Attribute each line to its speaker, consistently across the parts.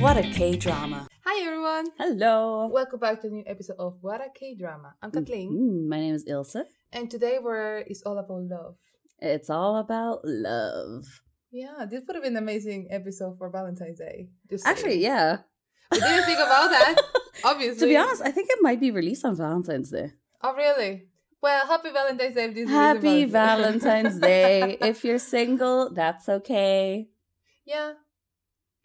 Speaker 1: What a K drama.
Speaker 2: Hi everyone!
Speaker 1: Hello.
Speaker 2: Welcome back to a new episode of What a K Drama. I'm Kathleen,
Speaker 1: Mm, my name is Ilse.
Speaker 2: and today we're it's all about love.
Speaker 1: It's all about love.
Speaker 2: Yeah, this would have been an amazing episode for Valentine's Day. Just saying.
Speaker 1: Actually, yeah.
Speaker 2: we didn't think about that. Obviously,
Speaker 1: To be honest, I think it might be released on Valentine's Day.
Speaker 2: Oh really? Well, happy Valentine's Day. if This is
Speaker 1: Happy Valentine's
Speaker 2: Valentine's Day.
Speaker 1: Day. if you're single, that's okay.
Speaker 2: yeah,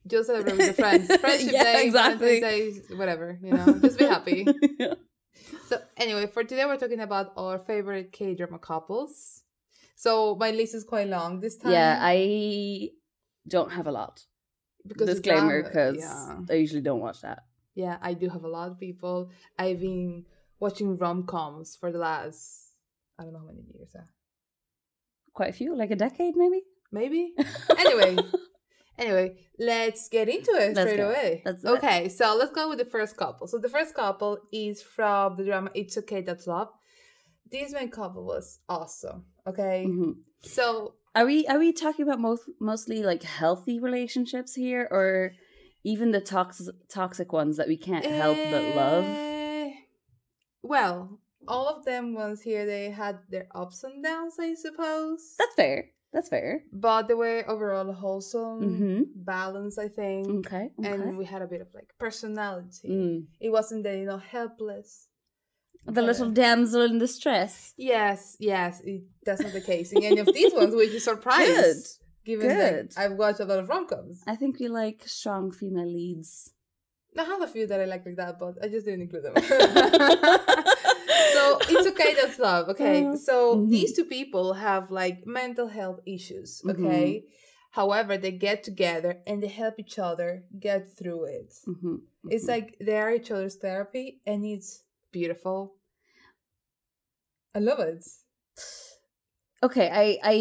Speaker 2: just celebrate with your friends. Friendship
Speaker 1: Yeah,
Speaker 2: Day,
Speaker 1: exactly.
Speaker 2: Valentine's Day, whatever. You know, just be happy. So anyway, for today we're talking about our favorite K drama couples. So my list is quite long this time.
Speaker 1: yeah, I don't have a lot.
Speaker 2: because of
Speaker 1: Disclaimer,
Speaker 2: drama,
Speaker 1: because
Speaker 2: yeah.
Speaker 1: I usually don't watch that.
Speaker 2: yeah, I do have a lot of people. I've been watching rom coms for the last I don't know how many years, uh,
Speaker 1: Quite a few, like a decade maybe?
Speaker 2: maybe. Anyway, anyway, let's get into it
Speaker 1: Let's
Speaker 2: straight
Speaker 1: go.
Speaker 2: away.
Speaker 1: Let's do it.
Speaker 2: okay, so let's go with the first couple. So the first couple is from the drama "It's Okay That's Love." This main couple was awesome. Okay,
Speaker 1: Mhm.
Speaker 2: so
Speaker 1: Are we are we talking about most mostly like healthy relationships here or even the toxic toxic ones that we can't help but love?
Speaker 2: Eh, Well, all of them ones here they had their ups and downs, I suppose.
Speaker 1: That's fair. That's fair.
Speaker 2: but they were overall wholesome,
Speaker 1: Mhm.
Speaker 2: balanced, I think.
Speaker 1: Okay. Mm, okay.
Speaker 2: Mm. And we had a bit of like personality.
Speaker 1: Mm.
Speaker 2: It wasn't that you know helpless.
Speaker 1: The
Speaker 2: But,
Speaker 1: little
Speaker 2: uh,
Speaker 1: damsel in distress.
Speaker 2: yes, yes, it, that's not the case in any of these ones, which is surprised. Given
Speaker 1: good.
Speaker 2: that I've watched a lot of rom coms,
Speaker 1: I think we like strong female leads.
Speaker 2: I have a few that I like like that, but I just didn't include them. so it's okay, that's love. Okay,
Speaker 1: Uh,
Speaker 2: so
Speaker 1: mhm.
Speaker 2: these two people have like mental health issues.
Speaker 1: Mhm.
Speaker 2: Okay, however, they get together and they help each other get through it.
Speaker 1: Mhm,
Speaker 2: It's
Speaker 1: mhm.
Speaker 2: like they are each other's therapy, and it's beautiful. I love it.
Speaker 1: okay. I I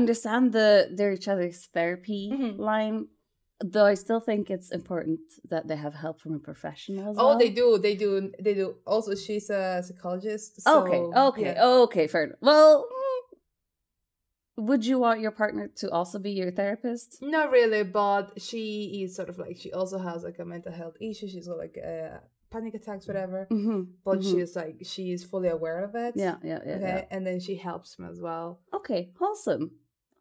Speaker 1: understand the they're each other's therapy
Speaker 2: Mhm.
Speaker 1: line, though I still think it's important that they have help from a professional. As
Speaker 2: Oh,
Speaker 1: well.
Speaker 2: they do, they do, they do. Also, she's a psychologist. So,
Speaker 1: Okay. Okay.
Speaker 2: yeah.
Speaker 1: Okay. Fair. Enough. Well, mm, would you want your partner to also be your therapist?
Speaker 2: Not really, but she is sort of like she also has like a mental health issue. She's got like uh, panic attacks, whatever.
Speaker 1: Mm-hmm.
Speaker 2: But
Speaker 1: Mhm.
Speaker 2: she's like she is fully aware of it.
Speaker 1: Yeah. Yeah. Yeah.
Speaker 2: Okay,
Speaker 1: yeah.
Speaker 2: and then she helps him as well.
Speaker 1: Okay, wholesome.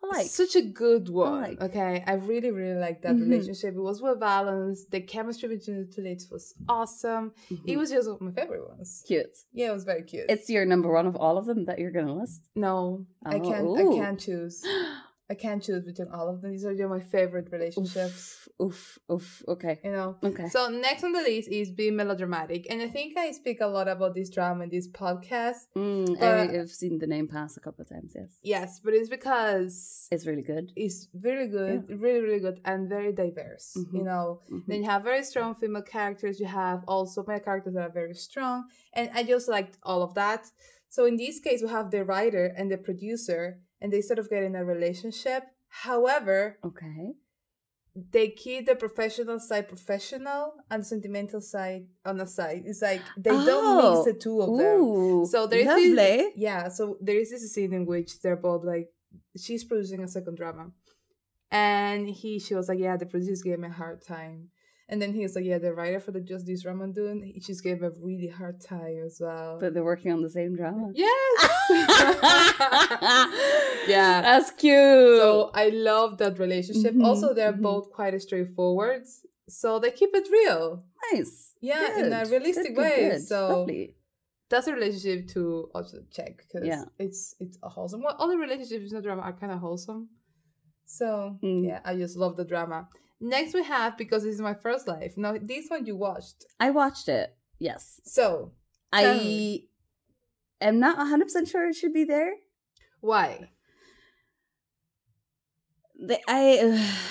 Speaker 1: I like.
Speaker 2: Such a good one.
Speaker 1: like.
Speaker 2: Okay, I really really like that
Speaker 1: Mhm.
Speaker 2: relationship. It was well balanced. The chemistry between the two ladies was awesome. It
Speaker 1: Mhm.
Speaker 2: was just one of my favorite ones.
Speaker 1: cute.
Speaker 2: Yeah, it was very cute.
Speaker 1: It's your number one of all of them that you're gonna list.
Speaker 2: no, I
Speaker 1: Oh,
Speaker 2: can't.
Speaker 1: ooh.
Speaker 2: I can't choose. I can't choose between all of them. These are just my favorite relationships.
Speaker 1: oof, oof, oof. Okay,
Speaker 2: You know.
Speaker 1: okay.
Speaker 2: So next on the list is be melodramatic, and I think I speak a lot about this drama in this podcast.
Speaker 1: Mm,
Speaker 2: but-
Speaker 1: I, I've seen the name pass a couple of times. Yes,
Speaker 2: Yes, but it's because
Speaker 1: it's really good.
Speaker 2: it's really good, really really good, and very diverse. You
Speaker 1: Mhm.
Speaker 2: know,
Speaker 1: Mhm.
Speaker 2: then you have very strong female characters. You have also male characters that are very strong, and I just liked all of that. So in this case, we have the writer and the producer, and they sort of get in a relationship. However,
Speaker 1: Okay.
Speaker 2: they keep the professional side professional and sentimental side on the side. It's like they
Speaker 1: Oh.
Speaker 2: don't mix the two of them.
Speaker 1: Ooh,
Speaker 2: So there's
Speaker 1: lovely.
Speaker 2: this, yeah. So there is this scene in which they're both like, she's producing a second drama, and he she was like, yeah, the producer gave me a hard time, and then he's like, yeah, the writer for the just this drama I'm doing, he just gave me a really hard time as well.
Speaker 1: But they're working on the same drama.
Speaker 2: yes. yeah.
Speaker 1: that's cute.
Speaker 2: So I love that relationship.
Speaker 1: Mhm,
Speaker 2: Also, they're
Speaker 1: mhm.
Speaker 2: both quite straightforward, so they keep it real.
Speaker 1: nice.
Speaker 2: Yeah, in a
Speaker 1: Good, good,
Speaker 2: realistic
Speaker 1: good,
Speaker 2: way.
Speaker 1: good.
Speaker 2: So
Speaker 1: Lovely.
Speaker 2: that's a relationship to also check because
Speaker 1: Yeah.
Speaker 2: it's it's a wholesome. Well, other relationships in the drama are kind of wholesome. So
Speaker 1: Mm.
Speaker 2: yeah, I just love the drama. Next we have because this is my first life. Now this one you watched.
Speaker 1: I watched it. Yes.
Speaker 2: So Tell
Speaker 1: I
Speaker 2: me.
Speaker 1: am not 100% sure it should be there.
Speaker 2: why?
Speaker 1: They, I,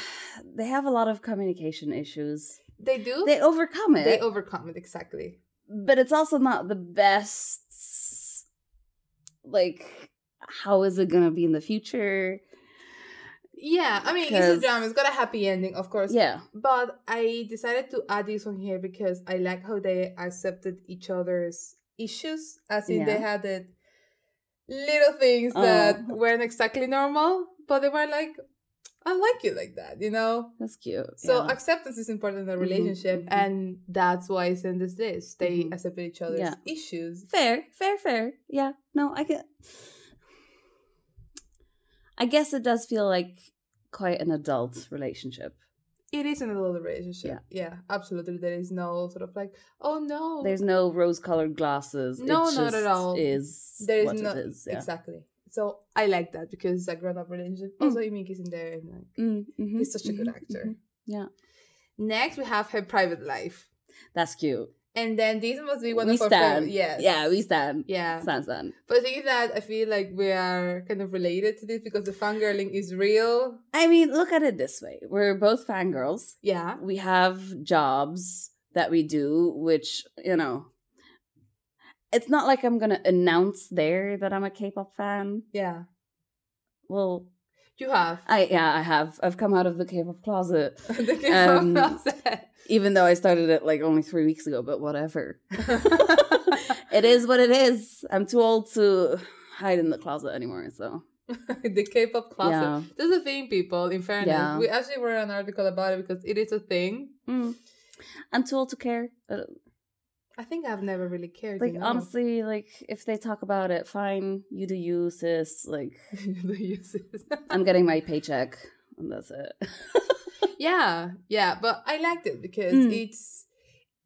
Speaker 1: they have a lot of communication issues.
Speaker 2: They do.
Speaker 1: They overcome it,
Speaker 2: They overcome it exactly.
Speaker 1: but it's also not the best. Like, how is it going to be in the future?
Speaker 2: Yeah, I mean it's a
Speaker 1: 'Cause-
Speaker 2: drama. It's got a happy ending, of course.
Speaker 1: Yeah.
Speaker 2: But I decided to add this one here because I like how they accepted each other's issues, as in
Speaker 1: Yeah.
Speaker 2: they had it little things
Speaker 1: Oh.
Speaker 2: that weren't exactly normal, but they were like, I like you like that, you know?
Speaker 1: That's cute.
Speaker 2: So
Speaker 1: yeah.
Speaker 2: acceptance is important in a
Speaker 1: Mhm,
Speaker 2: relationship,
Speaker 1: mhm.
Speaker 2: and that's why I send this this. They
Speaker 1: Mhm.
Speaker 2: accept each other's
Speaker 1: Yeah.
Speaker 2: issues.
Speaker 1: fair, fair, fair. Yeah. No, I get. I guess it does feel like quite an adult relationship.
Speaker 2: It is an adult relationship. Yeah. absolutely. There is no sort of like, oh no,
Speaker 1: There's no rose-colored glasses.
Speaker 2: No,
Speaker 1: it
Speaker 2: not at
Speaker 1: just
Speaker 2: all.
Speaker 1: Is
Speaker 2: There is
Speaker 1: what
Speaker 2: no-
Speaker 1: it is. Yeah.
Speaker 2: exactly. So I like that because it's a grown up relationship.
Speaker 1: Mm.
Speaker 2: Also, Imiki's in there, and like
Speaker 1: Mm, mhm,
Speaker 2: he's such a good
Speaker 1: mhm,
Speaker 2: actor.
Speaker 1: mhm. Yeah.
Speaker 2: Next, we have her private life,
Speaker 1: That's cute.
Speaker 2: and then this must be one
Speaker 1: we
Speaker 2: of our
Speaker 1: stand.
Speaker 2: favorite. Yes.
Speaker 1: Yeah, we stand.
Speaker 2: Yeah.
Speaker 1: Stand, stand.
Speaker 2: But the thing is that I feel like we are kind of related to this because the fangirling is real.
Speaker 1: I mean, look at it this way: we're both fangirls.
Speaker 2: Yeah.
Speaker 1: We have jobs that we do, which you know, it's not like I'm gonna announce there that I'm a K-pop fan.
Speaker 2: Yeah.
Speaker 1: Well,
Speaker 2: You have.
Speaker 1: I yeah, I have. I've come out of the K-pop closet,
Speaker 2: the K-pop
Speaker 1: Um,
Speaker 2: closet.
Speaker 1: even though I started it like only three weeks ago. But whatever, it is what it is. I'm too old to hide in the closet anymore. So
Speaker 2: the K-pop closet.
Speaker 1: yeah,
Speaker 2: That's a thing, people. In fairness,
Speaker 1: Yeah.
Speaker 2: we actually wrote an article about it because it is a thing.
Speaker 1: Mm. I'm too old to care. Uh,
Speaker 2: I think I've never really cared.
Speaker 1: like
Speaker 2: you know.
Speaker 1: honestly, like if they talk about it, fine. You do you, sis. Like
Speaker 2: The uses.
Speaker 1: I'm getting my paycheck, and that's it.
Speaker 2: yeah, yeah, but I liked it because
Speaker 1: Mm.
Speaker 2: it's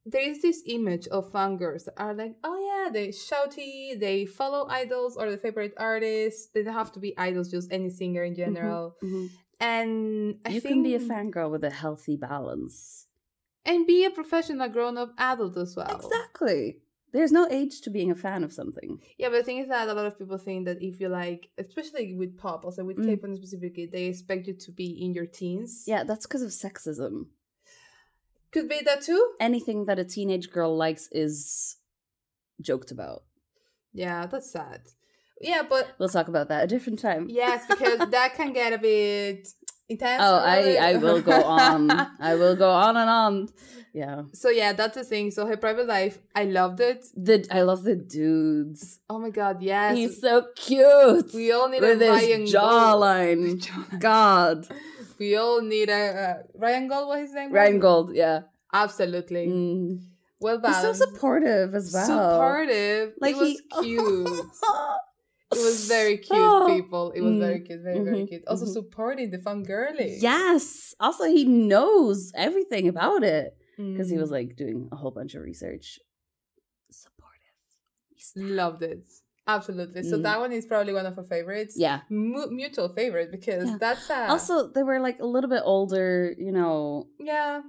Speaker 2: there is this image of fangirls that are like, oh yeah, they shouty, they follow idols or their favorite artists. They don't have to be idols, just any singer in general.
Speaker 1: Mhm.
Speaker 2: And Mm-hmm. I
Speaker 1: You can be a
Speaker 2: think-
Speaker 1: fangirl with a healthy balance.
Speaker 2: and be a professional grown-up adult as well.
Speaker 1: Exactly. There's no age to being a fan of something.
Speaker 2: Yeah, but the thing is that a lot of people think that if you like, especially with pop, also with
Speaker 1: Mm.
Speaker 2: K-pop specifically, they expect you to be in your teens.
Speaker 1: Yeah, that's because of sexism.
Speaker 2: could be that too.
Speaker 1: Anything that a teenage girl likes is joked about.
Speaker 2: Yeah, that's sad. Yeah, but
Speaker 1: We'll talk about that a different time.
Speaker 2: yes, because that can get a bit intense.
Speaker 1: Oh,
Speaker 2: really.
Speaker 1: I, I will go on. I will go on and on. Yeah.
Speaker 2: so yeah, that's the thing. So her private life, I loved it.
Speaker 1: The I love the dudes.
Speaker 2: Oh my god, yes.
Speaker 1: He's so cute.
Speaker 2: we all need
Speaker 1: with
Speaker 2: a
Speaker 1: his
Speaker 2: Ryan
Speaker 1: jawline.
Speaker 2: Gold.
Speaker 1: God.
Speaker 2: We all need a uh, Ryan Gold. What his name? was?
Speaker 1: Ryan Gold, yeah.
Speaker 2: Absolutely.
Speaker 1: Mm.
Speaker 2: Well
Speaker 1: He's so
Speaker 2: balanced.
Speaker 1: supportive as well.
Speaker 2: supportive. Like it was cute. It was very cute,
Speaker 1: Oh.
Speaker 2: people. It was
Speaker 1: Mm.
Speaker 2: very cute, very, very
Speaker 1: Mhm.
Speaker 2: cute. Also
Speaker 1: Mhm.
Speaker 2: supporting the fun girly.
Speaker 1: Yes. Also, he knows everything about it
Speaker 2: Mm.
Speaker 1: because he was like doing a whole bunch of research. Supportive.
Speaker 2: Loved it. Absolutely. So
Speaker 1: Mm.
Speaker 2: that one is probably one of our favorites.
Speaker 1: Yeah.
Speaker 2: Mu- mutual favorite because
Speaker 1: Yeah.
Speaker 2: that's a,
Speaker 1: Also, they were like a little bit older, you know,
Speaker 2: yeah,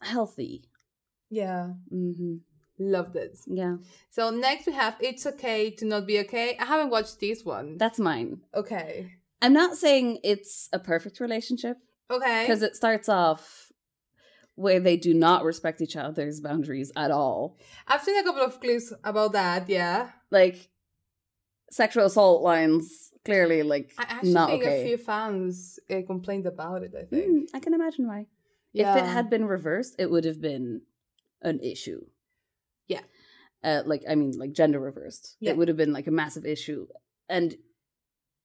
Speaker 1: healthy.
Speaker 2: yeah.
Speaker 1: hmm
Speaker 2: Loved it.
Speaker 1: Yeah.
Speaker 2: So next we have It's Okay to Not Be Okay. I haven't watched this one.
Speaker 1: That's mine.
Speaker 2: okay.
Speaker 1: I'm not saying it's a perfect relationship
Speaker 2: Okay.
Speaker 1: because it starts off where they do not respect each other's boundaries at all.
Speaker 2: I've seen a couple of clips about that, yeah.
Speaker 1: Like, sexual assault lines clearly like
Speaker 2: I actually
Speaker 1: not
Speaker 2: think
Speaker 1: okay.
Speaker 2: a few fans uh, complained about it, I think.
Speaker 1: Mm, I can imagine why.
Speaker 2: Yeah.
Speaker 1: If it had been reversed, it would have been an issue.
Speaker 2: Yeah.
Speaker 1: Uh, like, I mean, like gender reversed.
Speaker 2: Yeah.
Speaker 1: It would have been like a massive issue. And,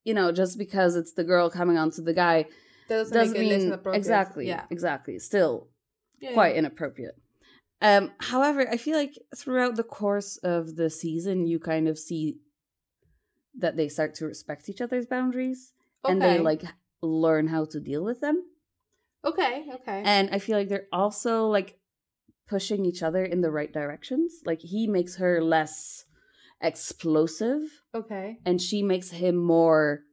Speaker 1: you know, just because it's the girl coming on to the guy
Speaker 2: that doesn't,
Speaker 1: doesn't
Speaker 2: make it less
Speaker 1: mean
Speaker 2: inappropriate.
Speaker 1: exactly,
Speaker 2: Yeah.
Speaker 1: exactly. Still
Speaker 2: Yeah, yeah.
Speaker 1: quite inappropriate. Um, however, I feel like throughout the course of the season, you kind of see that they start to respect each other's boundaries and they
Speaker 2: Okay.
Speaker 1: like learn how to deal with them.
Speaker 2: Okay, okay.
Speaker 1: And I feel like they're also like pushing each other in the right directions. Like he makes her less explosive
Speaker 2: okay.
Speaker 1: and she makes him more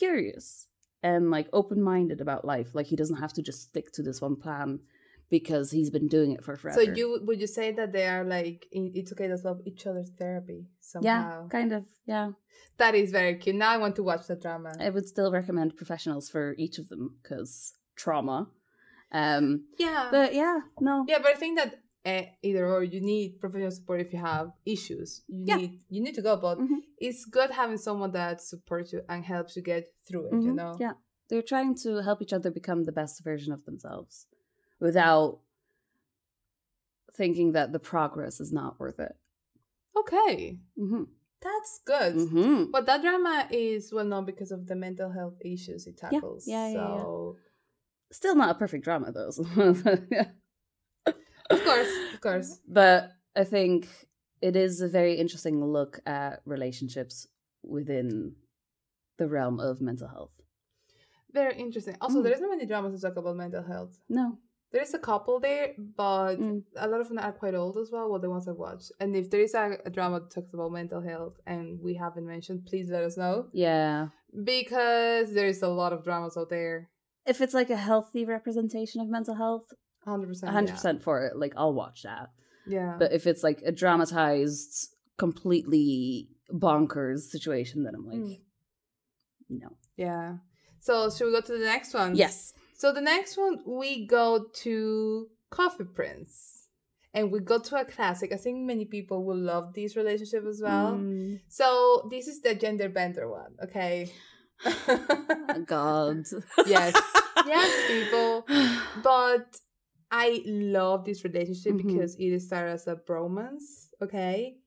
Speaker 1: curious and like open-minded about life. Like he doesn't have to just stick to this one plan because he's been doing it for forever.
Speaker 2: So you would you say that they are like i- it's okay to love each other's therapy
Speaker 1: Yeah,
Speaker 2: somehow?
Speaker 1: kind of. Yeah.
Speaker 2: That is very cute. Now I want to watch the drama.
Speaker 1: I would still recommend professionals for each of them cuz trauma. Um
Speaker 2: Yeah.
Speaker 1: but yeah, no.
Speaker 2: yeah, but I think that uh, either or you need professional support if you have issues. You
Speaker 1: Yeah.
Speaker 2: need you need to go but
Speaker 1: Mhm.
Speaker 2: it's good having someone that supports you and helps you get through it, you
Speaker 1: Mhm,
Speaker 2: know?
Speaker 1: Yeah. They're trying to help each other become the best version of themselves without thinking that the progress is not worth it.
Speaker 2: Okay.
Speaker 1: hmm
Speaker 2: That's good.
Speaker 1: hmm
Speaker 2: But that drama is well known because of the mental health issues it
Speaker 1: Yeah,
Speaker 2: tackles.
Speaker 1: yeah, yeah, yeah.
Speaker 2: So
Speaker 1: Still not a perfect drama though. so-
Speaker 2: Of course, of course.
Speaker 1: Mm-hmm. But I think it is a very interesting look at relationships within the realm of mental health.
Speaker 2: Very interesting. Also,
Speaker 1: Mm.
Speaker 2: there isn't many dramas that talk about mental health.
Speaker 1: No.
Speaker 2: There is a couple there, but
Speaker 1: Mm.
Speaker 2: a lot of them are quite old as well. Well, the ones I've watched. And if there is a, a drama that talks about mental health and we haven't mentioned, please let us know
Speaker 1: Yeah.
Speaker 2: because there is a lot of dramas out there.
Speaker 1: If it's like a healthy representation of mental health,
Speaker 2: Hundred percent.
Speaker 1: 100% for it. Like, I'll watch that.
Speaker 2: Yeah.
Speaker 1: But if it's like a dramatized, completely bonkers situation, then I'm like,
Speaker 2: Mm.
Speaker 1: no.
Speaker 2: Yeah. So should we go to the next one?
Speaker 1: Yes.
Speaker 2: So the next one we go to Coffee Prince. And we go to a classic. I think many people will love this relationship as well.
Speaker 1: Mm.
Speaker 2: So this is the gender bender one, okay?
Speaker 1: God.
Speaker 2: yes. Yes, people. But I love this relationship
Speaker 1: Mhm.
Speaker 2: because it started as a bromance, okay?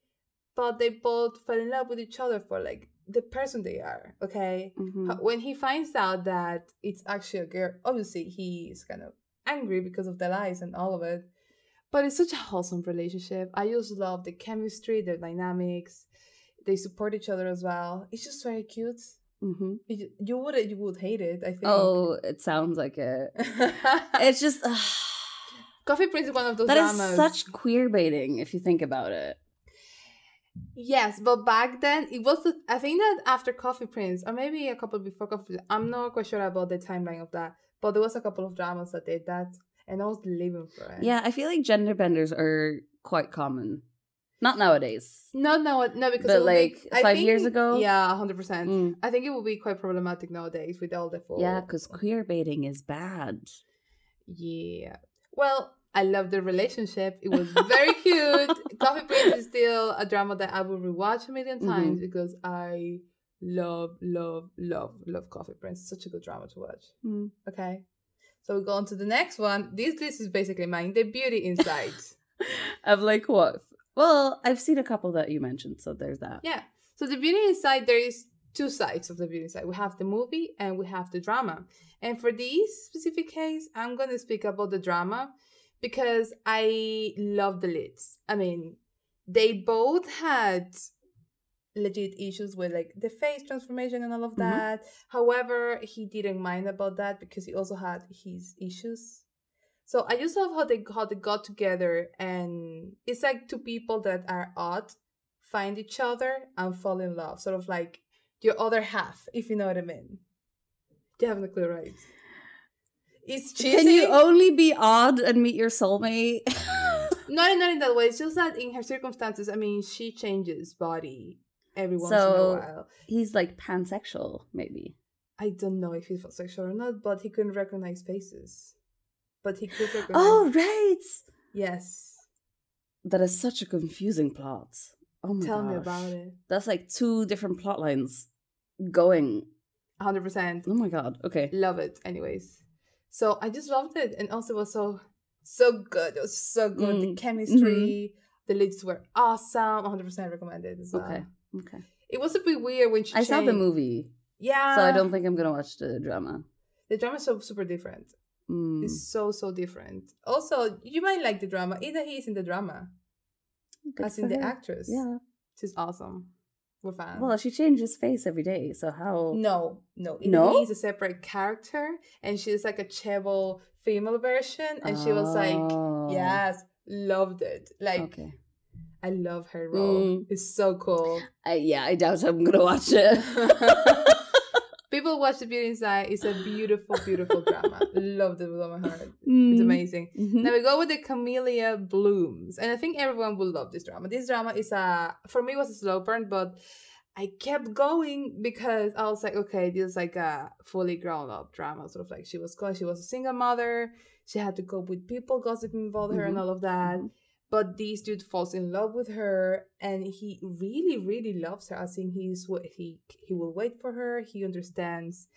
Speaker 2: But they both fell in love with each other for like the person they are, okay?
Speaker 1: Mhm.
Speaker 2: Ho- when he finds out that it's actually a girl obviously he's kind of angry because of the lies and all of it but it's such a wholesome relationship i just love the chemistry the dynamics they support each other as well it's just very cute
Speaker 1: Mhm.
Speaker 2: you, you would you would hate it i think
Speaker 1: Oh, it sounds like it. It's just. ah.
Speaker 2: coffee prince is one of those
Speaker 1: That is
Speaker 2: dramas
Speaker 1: such queer baiting if you think about it.
Speaker 2: Yes, but back then it was. The, I think that after Coffee Prince, or maybe a couple before Coffee, I'm not quite sure about the timeline of that. But there was a couple of dramas that did that, and I was living for it.
Speaker 1: Yeah, I feel like gender benders are quite common. Not nowadays.
Speaker 2: No, no, no, because
Speaker 1: But,
Speaker 2: it would be-
Speaker 1: like, five years ago?
Speaker 2: Yeah, hundred percent.
Speaker 1: Mm.
Speaker 2: I think it would be quite problematic nowadays with all the full.
Speaker 1: Yeah, because queer baiting is bad.
Speaker 2: Yeah. Well, I love the relationship. It was very cute. Coffee Prince is still a drama that I will rewatch a 1000000
Speaker 1: Mhm.
Speaker 2: times because I love, love, love, love Coffee Prince. Such a good drama to watch.
Speaker 1: Mm.
Speaker 2: Okay. So we go on to the next one. This list is basically mine. The beauty inside.
Speaker 1: Of like what? Well, I've seen a couple that you mentioned, so there's that.
Speaker 2: yeah. So the beauty inside, there is two sides of the beauty inside. We have the movie and we have the drama. And for this specific case, I'm gonna speak about the drama because I love the leads. I mean, they both had legit issues with like the face transformation and all of
Speaker 1: Mhm.
Speaker 2: that. However, he didn't mind about that because he also had his issues. So I just love how they how they got together and it's like two people that are odd find each other and fall in love. Sort of like your other half, if you know what I mean. You haven't a clue, right? It's cheesy.
Speaker 1: Can you only be odd and meet your soulmate?
Speaker 2: No, not in that way. It's just that in her circumstances, I mean, she changes body every once in a
Speaker 1: So-
Speaker 2: while.
Speaker 1: He's like pansexual, maybe.
Speaker 2: I don't know if he was sexual or not, but he couldn't recognize faces. But he could recognize.
Speaker 1: Oh, right.
Speaker 2: yes.
Speaker 1: That is such a confusing plot. Oh my
Speaker 2: Tell me
Speaker 1: gosh.
Speaker 2: about it.
Speaker 1: That's like two different plot lines going.
Speaker 2: 100%.
Speaker 1: Oh my god. Okay.
Speaker 2: Love it, anyways. So I just loved it. And also, it was so, so good. It was so good. The
Speaker 1: Mm. mm-hmm.
Speaker 2: chemistry, the leads were awesome. 100% recommended as well.
Speaker 1: Okay. Okay.
Speaker 2: uh, It was a bit weird when she
Speaker 1: I saw the
Speaker 2: changed.
Speaker 1: movie,
Speaker 2: Yeah.
Speaker 1: so I don't think I'm gonna watch the drama.
Speaker 2: The drama is so super different.
Speaker 1: Mm.
Speaker 2: It's so so different. Also, you might like the drama. Either he is in the drama,
Speaker 1: Good
Speaker 2: as in
Speaker 1: for
Speaker 2: the
Speaker 1: her.
Speaker 2: actress.
Speaker 1: Yeah.
Speaker 2: she's awesome. We're fans.
Speaker 1: Well, she changes face every day, so how?
Speaker 2: no, no, Either
Speaker 1: No?
Speaker 2: He's a separate character, and she's like a cheval female version, and she was like,
Speaker 1: Oh.
Speaker 2: "Yes, loved it. Like,
Speaker 1: Okay.
Speaker 2: I love her role.
Speaker 1: Mm.
Speaker 2: It's so cool."
Speaker 1: I, yeah, I doubt I'm gonna watch it.
Speaker 2: People watch The Beauty Inside. It's a beautiful, beautiful drama. Loved it with all my heart. It's
Speaker 1: Mm.
Speaker 2: amazing.
Speaker 1: Mhm.
Speaker 2: Now we go with the Camellia Blooms, and I think everyone will love this drama. This drama is a for me it was a slow burn, but I kept going because I was like, okay, this is like a fully grown up drama, sort of like she was she was a single mother, she had to cope with people gossiping about her and
Speaker 1: Mhm.
Speaker 2: all of that.
Speaker 1: Mhm.
Speaker 2: But this dude falls in love with her, and he really, really loves her. I think he's what he he will wait for her. He understands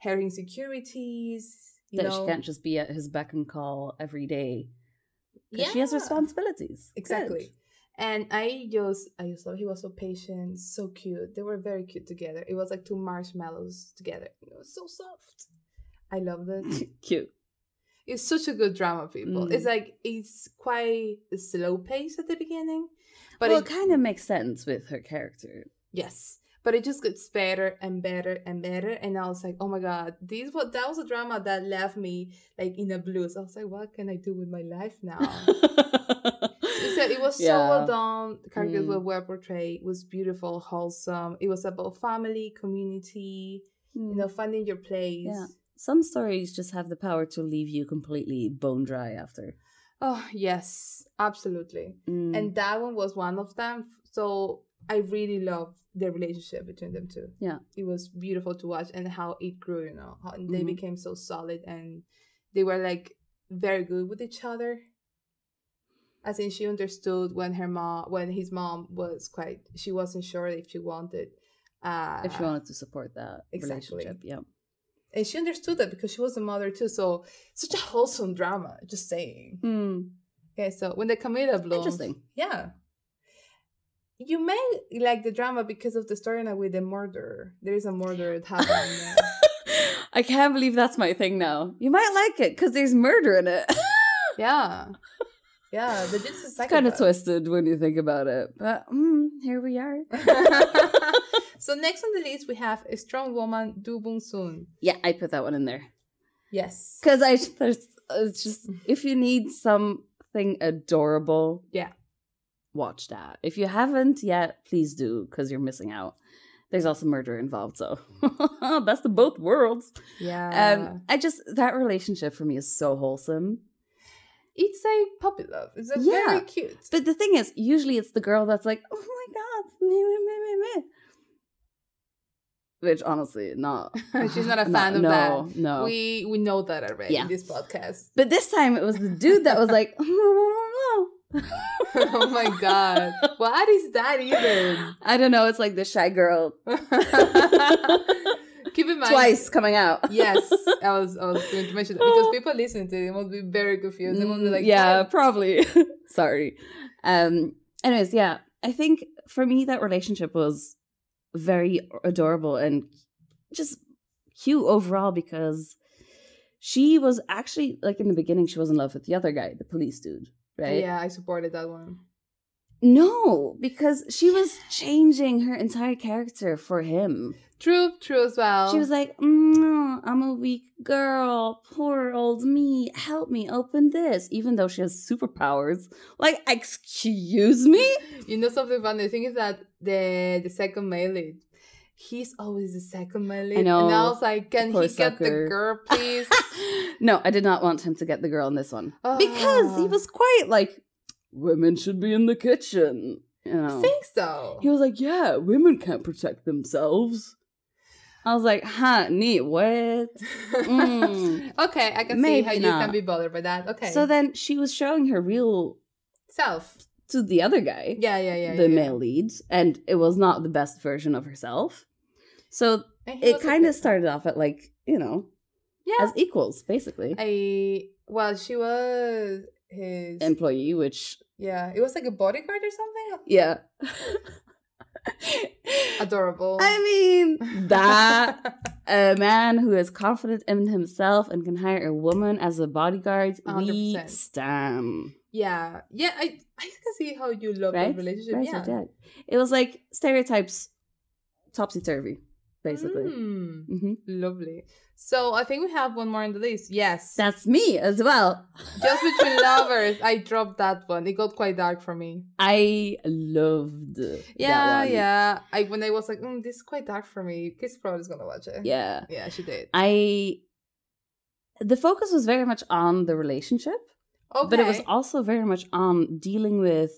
Speaker 2: her insecurities. You
Speaker 1: That
Speaker 2: know,
Speaker 1: she can't just be at his beck and call every day. 'cause She has
Speaker 2: Yeah.
Speaker 1: responsibilities. Good.
Speaker 2: Exactly. And I just, I just love. He was so patient, so cute. They were very cute together. It was like two marshmallows together. It was so soft. I loved it.
Speaker 1: Cute.
Speaker 2: It's such a good drama, people.
Speaker 1: Mm.
Speaker 2: It's like it's quite slow paced at the beginning, but
Speaker 1: well,
Speaker 2: it,
Speaker 1: it kind of makes sense with her character.
Speaker 2: yes, but it just gets better and better and better. And I was like, oh my god, this was that was a drama that left me like in a blues. I was like, what can I do with my life now? It's a- Oh. it was so well done. The characters
Speaker 1: Mm.
Speaker 2: were well portrayed. It was beautiful, wholesome. It was about family, community,
Speaker 1: done.
Speaker 2: you know, finding your place.
Speaker 1: Mm. Yeah. Some stories just have the power to leave you completely bone dry after.
Speaker 2: Oh yes, absolutely.
Speaker 1: Mm.
Speaker 2: And that one was one of them. So I really loved the relationship between them two.
Speaker 1: Yeah.
Speaker 2: It was beautiful to watch and how it grew, you know. How and they
Speaker 1: Mhm.
Speaker 2: became so solid and they were like very good with each other. As in she understood when her mom when his mom was quite she wasn't sure if she wanted uh
Speaker 1: if you wanted to support that
Speaker 2: Exactly.
Speaker 1: relationship, yeah.
Speaker 2: and she understood that because she was a mother too, so such a wholesome drama, just saying.
Speaker 1: Mm.
Speaker 2: Okay, so when the Camila blooms,
Speaker 1: Interesting.
Speaker 2: yeah, you may like the drama because of the storyline with the murder. There is a murder that happened.
Speaker 1: I can't believe that's my thing now. You might like it because there's murder in it.
Speaker 2: yeah, yeah, the dude's a
Speaker 1: it's kind of
Speaker 2: psychopath.
Speaker 1: twisted when you think about it, but mm, here we are.
Speaker 2: so next on the list we have a strong woman, Do Bung Soon.
Speaker 1: yeah, I put that one in there
Speaker 2: Yes, Um,
Speaker 1: because I just- there's it's just
Speaker 2: Mm-hmm.
Speaker 1: if you need something adorable,
Speaker 2: Yeah.
Speaker 1: watch that. If you haven't yet, please do because you're missing out. There's also murder involved, so best of both worlds.
Speaker 2: yeah,
Speaker 1: Um, I just that relationship for me is so wholesome.
Speaker 2: it's a puppy love. It's a
Speaker 1: Yeah.
Speaker 2: very cute.
Speaker 1: But the thing is, usually it's the girl that's like, "Oh my god, meh, meh, meh, meh, meh." which honestly, not.
Speaker 2: She's not a fan of
Speaker 1: no,
Speaker 2: that.
Speaker 1: No,
Speaker 2: we we know that already
Speaker 1: Yeah.
Speaker 2: in this podcast.
Speaker 1: But this time it was the dude that was like,
Speaker 2: oh my god, what is that even?
Speaker 1: I don't know. It's like the shy girl
Speaker 2: Keep in mind
Speaker 1: twice coming out.
Speaker 2: yes, I was I was going to mention that because people listening to it will be very confused. They will be
Speaker 1: Mm,
Speaker 2: like,
Speaker 1: yeah, probably. Sorry. Um. Anyways, yeah, I think for me that relationship was very adorable and just cute overall because she was actually like in the beginning she was in love with the other guy, the police dude,
Speaker 2: "What?"
Speaker 1: right?
Speaker 2: Yeah, I supported that one.
Speaker 1: No, because she was changing her entire character for him.
Speaker 2: True, true as well.
Speaker 1: She was like, mm, I'm a weak girl. Poor old me. Help me open this. Even though she has superpowers. Like, excuse me?
Speaker 2: you know something funny? The thing is that the the second male lead, he's always the second male lead. And I
Speaker 1: know.
Speaker 2: was like, can
Speaker 1: Poor
Speaker 2: he get the
Speaker 1: sucker.
Speaker 2: girl, please?
Speaker 1: no, I did not want him to get the girl in this one. Because he
Speaker 2: Ah.
Speaker 1: was quite like, women should be in the kitchen. You know?
Speaker 2: think so.
Speaker 1: He was like, yeah, women can't protect themselves. I was like, huh, neat, what? Mm.
Speaker 2: okay, I can see
Speaker 1: Maybe
Speaker 2: how you
Speaker 1: not.
Speaker 2: can be bothered by that. Okay,
Speaker 1: So then she was showing her real
Speaker 2: self.
Speaker 1: to the other guy.
Speaker 2: Yeah, yeah, yeah.
Speaker 1: the
Speaker 2: yeah, yeah.
Speaker 1: male lead, and it was not the best version of herself. So
Speaker 2: And he
Speaker 1: it
Speaker 2: was a
Speaker 1: kind
Speaker 2: bit-
Speaker 1: of started off at like you know
Speaker 2: Yeah.
Speaker 1: as equals basically
Speaker 2: I well, she was his.
Speaker 1: employee, which
Speaker 2: yeah, it was like a bodyguard or something.
Speaker 1: yeah,
Speaker 2: Adorable.
Speaker 1: I mean that a man who is confident in himself and can hire a woman as a bodyguard, we
Speaker 2: 100%.
Speaker 1: stan.
Speaker 2: yeah, yeah. I I can see how you love
Speaker 1: Right?
Speaker 2: that relationship.
Speaker 1: Right,
Speaker 2: yeah,
Speaker 1: right, right. It was like stereotypes, topsy turvy, basically.
Speaker 2: Mm,
Speaker 1: hmm
Speaker 2: lovely. So I think we have one more on the list. Yes,
Speaker 1: That's me as well.
Speaker 2: just between lovers. I dropped that one. It got quite dark for me.
Speaker 1: I loved. that
Speaker 2: Yeah,
Speaker 1: one.
Speaker 2: yeah. I when I was like, mm, this is quite dark for me. Kiss probably is gonna watch it.
Speaker 1: yeah.
Speaker 2: yeah. She did.
Speaker 1: I. The focus was very much on the relationship,
Speaker 2: Okay,
Speaker 1: but it was also very much on dealing with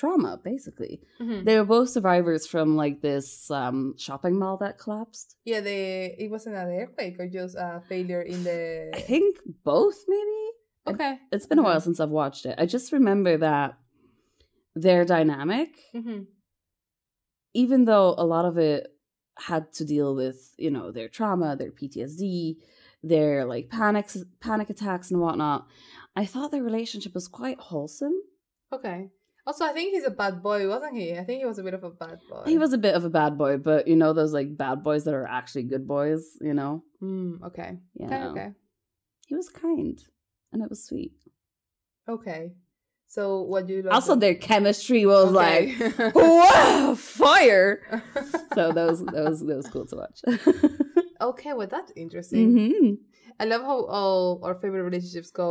Speaker 1: trauma. Basically,
Speaker 2: Mhm.
Speaker 1: they were both survivors from like this um, shopping mall that collapsed.
Speaker 2: yeah. The it wasn't an earthquake or just a failure in the.
Speaker 1: I think both, maybe.
Speaker 2: Okay.
Speaker 1: It's been a while
Speaker 2: Okay.
Speaker 1: since I've watched it. I just remember that their dynamic
Speaker 2: Mm-hmm.
Speaker 1: even though a lot of it had to deal with you know their trauma their ptsd their like panics panic attacks and whatnot i thought their relationship was quite wholesome
Speaker 2: Okay. Also, I think he's a bad boy, wasn't he? I think he was a bit of a bad boy.
Speaker 1: he was a bit of a bad boy but you know those like bad boys that are actually good boys you know
Speaker 2: Mm, okay.
Speaker 1: yeah
Speaker 2: Okay. Okay.
Speaker 1: he was kind and it was sweet.
Speaker 2: Okay. So what do you like?
Speaker 1: Also,
Speaker 2: the-
Speaker 1: their chemistry was like
Speaker 2: Okay.
Speaker 1: wow, fire. So that was that was that was cool to watch.
Speaker 2: okay. Well, that's interesting.
Speaker 1: hmm
Speaker 2: I love how all our favorite relationships go.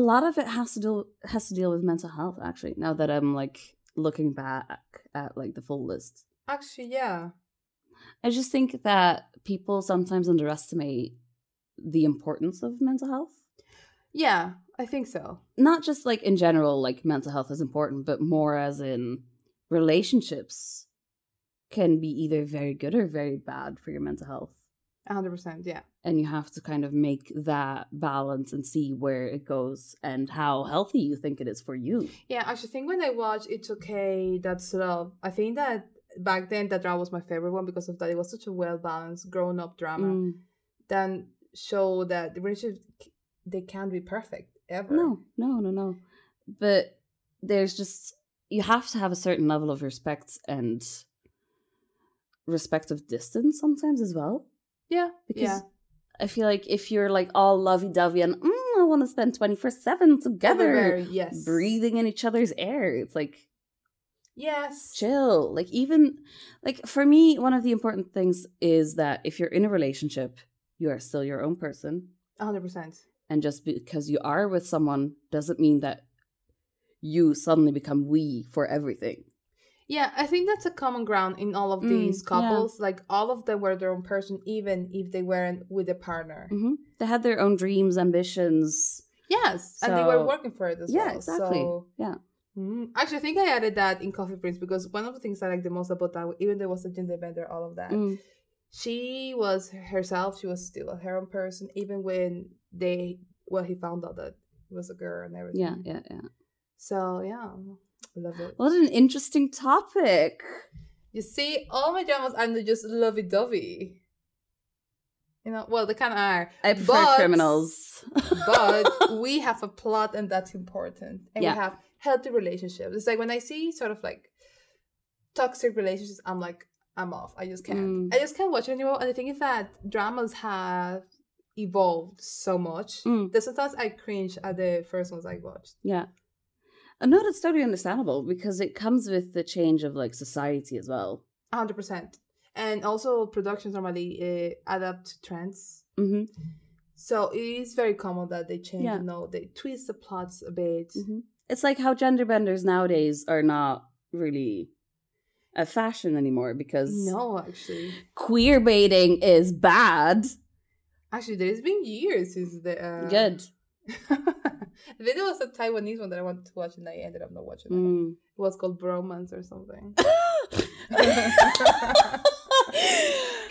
Speaker 1: A lot of it has to deal has to deal with mental health. Actually, now that I'm like looking back at like the full list,
Speaker 2: Actually, yeah.
Speaker 1: I just think that people sometimes underestimate the importance of mental health.
Speaker 2: Yeah, I think so.
Speaker 1: Not just like in general, like mental health is important, but more as in relationships can be either very good or very bad for your mental health.
Speaker 2: A 100%. Yeah.
Speaker 1: and you have to kind of make that balance and see where it goes and how healthy you think it is for you.
Speaker 2: Yeah, actually, I think when I watched It's Okay, That's Love, I think that back then that drama was my favorite one because of that. It was such a well balanced, grown up drama.
Speaker 1: Mm,
Speaker 2: Then show that the relationship they can't be perfect ever.
Speaker 1: no, no, no, no. But there's just you have to have a certain level of respect and respect of distance sometimes as well.
Speaker 2: Yeah.
Speaker 1: Because
Speaker 2: yeah.
Speaker 1: I feel like if you're like all lovey dovey and mm, I want to spend twenty four seven
Speaker 2: Everywhere,
Speaker 1: together,
Speaker 2: Yes.
Speaker 1: breathing in each other's air, it's like
Speaker 2: Yes.
Speaker 1: chill. Like even like for me, one of the important things is that if you're in a relationship, you are still your own person.
Speaker 2: A 100%.
Speaker 1: And just because you are with someone doesn't mean that you suddenly become we for everything.
Speaker 2: Yeah, I think that's a common ground in all of
Speaker 1: Mm,
Speaker 2: these
Speaker 1: yeah.
Speaker 2: couples. Like all of them were their own person, even if they weren't with a partner.
Speaker 1: hmm They had their own dreams, ambitions.
Speaker 2: Yes, and they were
Speaker 1: So-
Speaker 2: working for it as well.
Speaker 1: yeah, exactly.
Speaker 2: So,
Speaker 1: Yeah.
Speaker 2: Mm. Actually, I think I added that in Coffee Prince because one of the things I like the most about that, even though it was a gender bender, all of that,
Speaker 1: Mm.
Speaker 2: she was herself. She was still her own person, even when they, well, he found out that it was a girl and everything.
Speaker 1: Yeah, yeah, yeah.
Speaker 2: So yeah, I love it.
Speaker 1: What an interesting topic.
Speaker 2: You see, all my dramas aren't just lovey dovey. You know, well, they kind of are,
Speaker 1: I prefer
Speaker 2: But-
Speaker 1: criminals.
Speaker 2: but we have a plot and that's important and
Speaker 1: Yeah.
Speaker 2: we have healthy relationships it's like when i see sort of like toxic relationships i'm like i'm off i just can't
Speaker 1: Mm.
Speaker 2: i just can't watch it anymore and the thing is that dramas have evolved so much
Speaker 1: Mm.
Speaker 2: that sometimes i cringe at the first ones i watched
Speaker 1: Yeah. Uh, No, that's totally understandable because it comes with the change of like society as well.
Speaker 2: 100% and also productions normally uh, adapt to trends
Speaker 1: hmm
Speaker 2: so it is very common that they change
Speaker 1: Yeah.
Speaker 2: you know they twist the plots a bit
Speaker 1: Mhm. It's like how gender benders nowadays are not really a fashion anymore because
Speaker 2: no actually
Speaker 1: queer baiting is bad.
Speaker 2: Actually, there's been years since the. Uh...
Speaker 1: Good.
Speaker 2: there was a Taiwanese one that I wanted to watch and I ended up not watching it.
Speaker 1: Mm.
Speaker 2: It was called Bromance or something.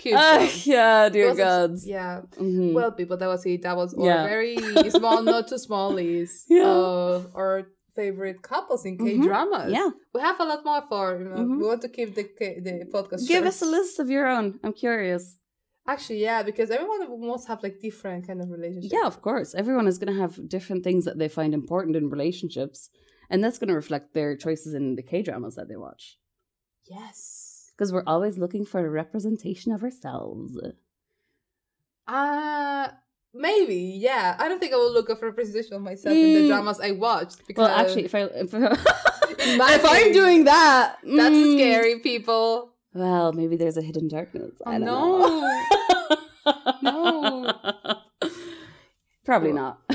Speaker 2: Cute
Speaker 1: Ah,
Speaker 2: song.
Speaker 1: yeah,
Speaker 2: It
Speaker 1: dear
Speaker 2: was a-
Speaker 1: gods.
Speaker 2: yeah.
Speaker 1: Mhm.
Speaker 2: Well, people, that was it. That was our
Speaker 1: Yeah.
Speaker 2: very small, not too small list
Speaker 1: Yeah.
Speaker 2: of our favorite couples in K
Speaker 1: Mhm.
Speaker 2: dramas.
Speaker 1: yeah,
Speaker 2: We have a lot more for, you know,
Speaker 1: Mhm.
Speaker 2: we want to keep the K- the podcast
Speaker 1: give
Speaker 2: short.
Speaker 1: us a list of your own. I'm curious.
Speaker 2: Actually, yeah, because everyone must have like different kind of relationships.
Speaker 1: Yeah, of course. Everyone is going to have different things that they find important in relationships, and that's going to reflect their choices in the K dramas that they watch.
Speaker 2: Yes.
Speaker 1: Because we're always looking for a representation of ourselves.
Speaker 2: Uh maybe, yeah. I don't think I will look up for representation of myself in the
Speaker 1: Mm.
Speaker 2: dramas I watched because
Speaker 1: Well, actually, if I if,
Speaker 2: my
Speaker 1: if I'm
Speaker 2: case,
Speaker 1: doing that,
Speaker 2: that's
Speaker 1: mm,
Speaker 2: scary people.
Speaker 1: Well, maybe there's a hidden darkness. I don't
Speaker 2: no.
Speaker 1: know. no, probably not.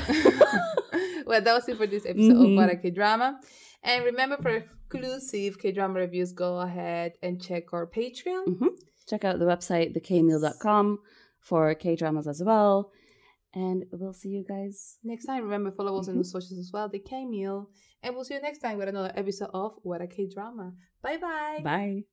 Speaker 2: well, that was it for this episode
Speaker 1: Mhm.
Speaker 2: of What a K Drama. And remember for exclusive K drama reviews, go ahead and check our Patreon.
Speaker 1: Mm. Check out the website thekmeal.com for K dramas as well, and we'll see you guys.
Speaker 2: Next time, remember follow us on the
Speaker 1: Mm-hmm.
Speaker 2: socials as well, the K Meal. And we'll see you next time with another episode of What a K Drama. Bye bye.
Speaker 1: Bye.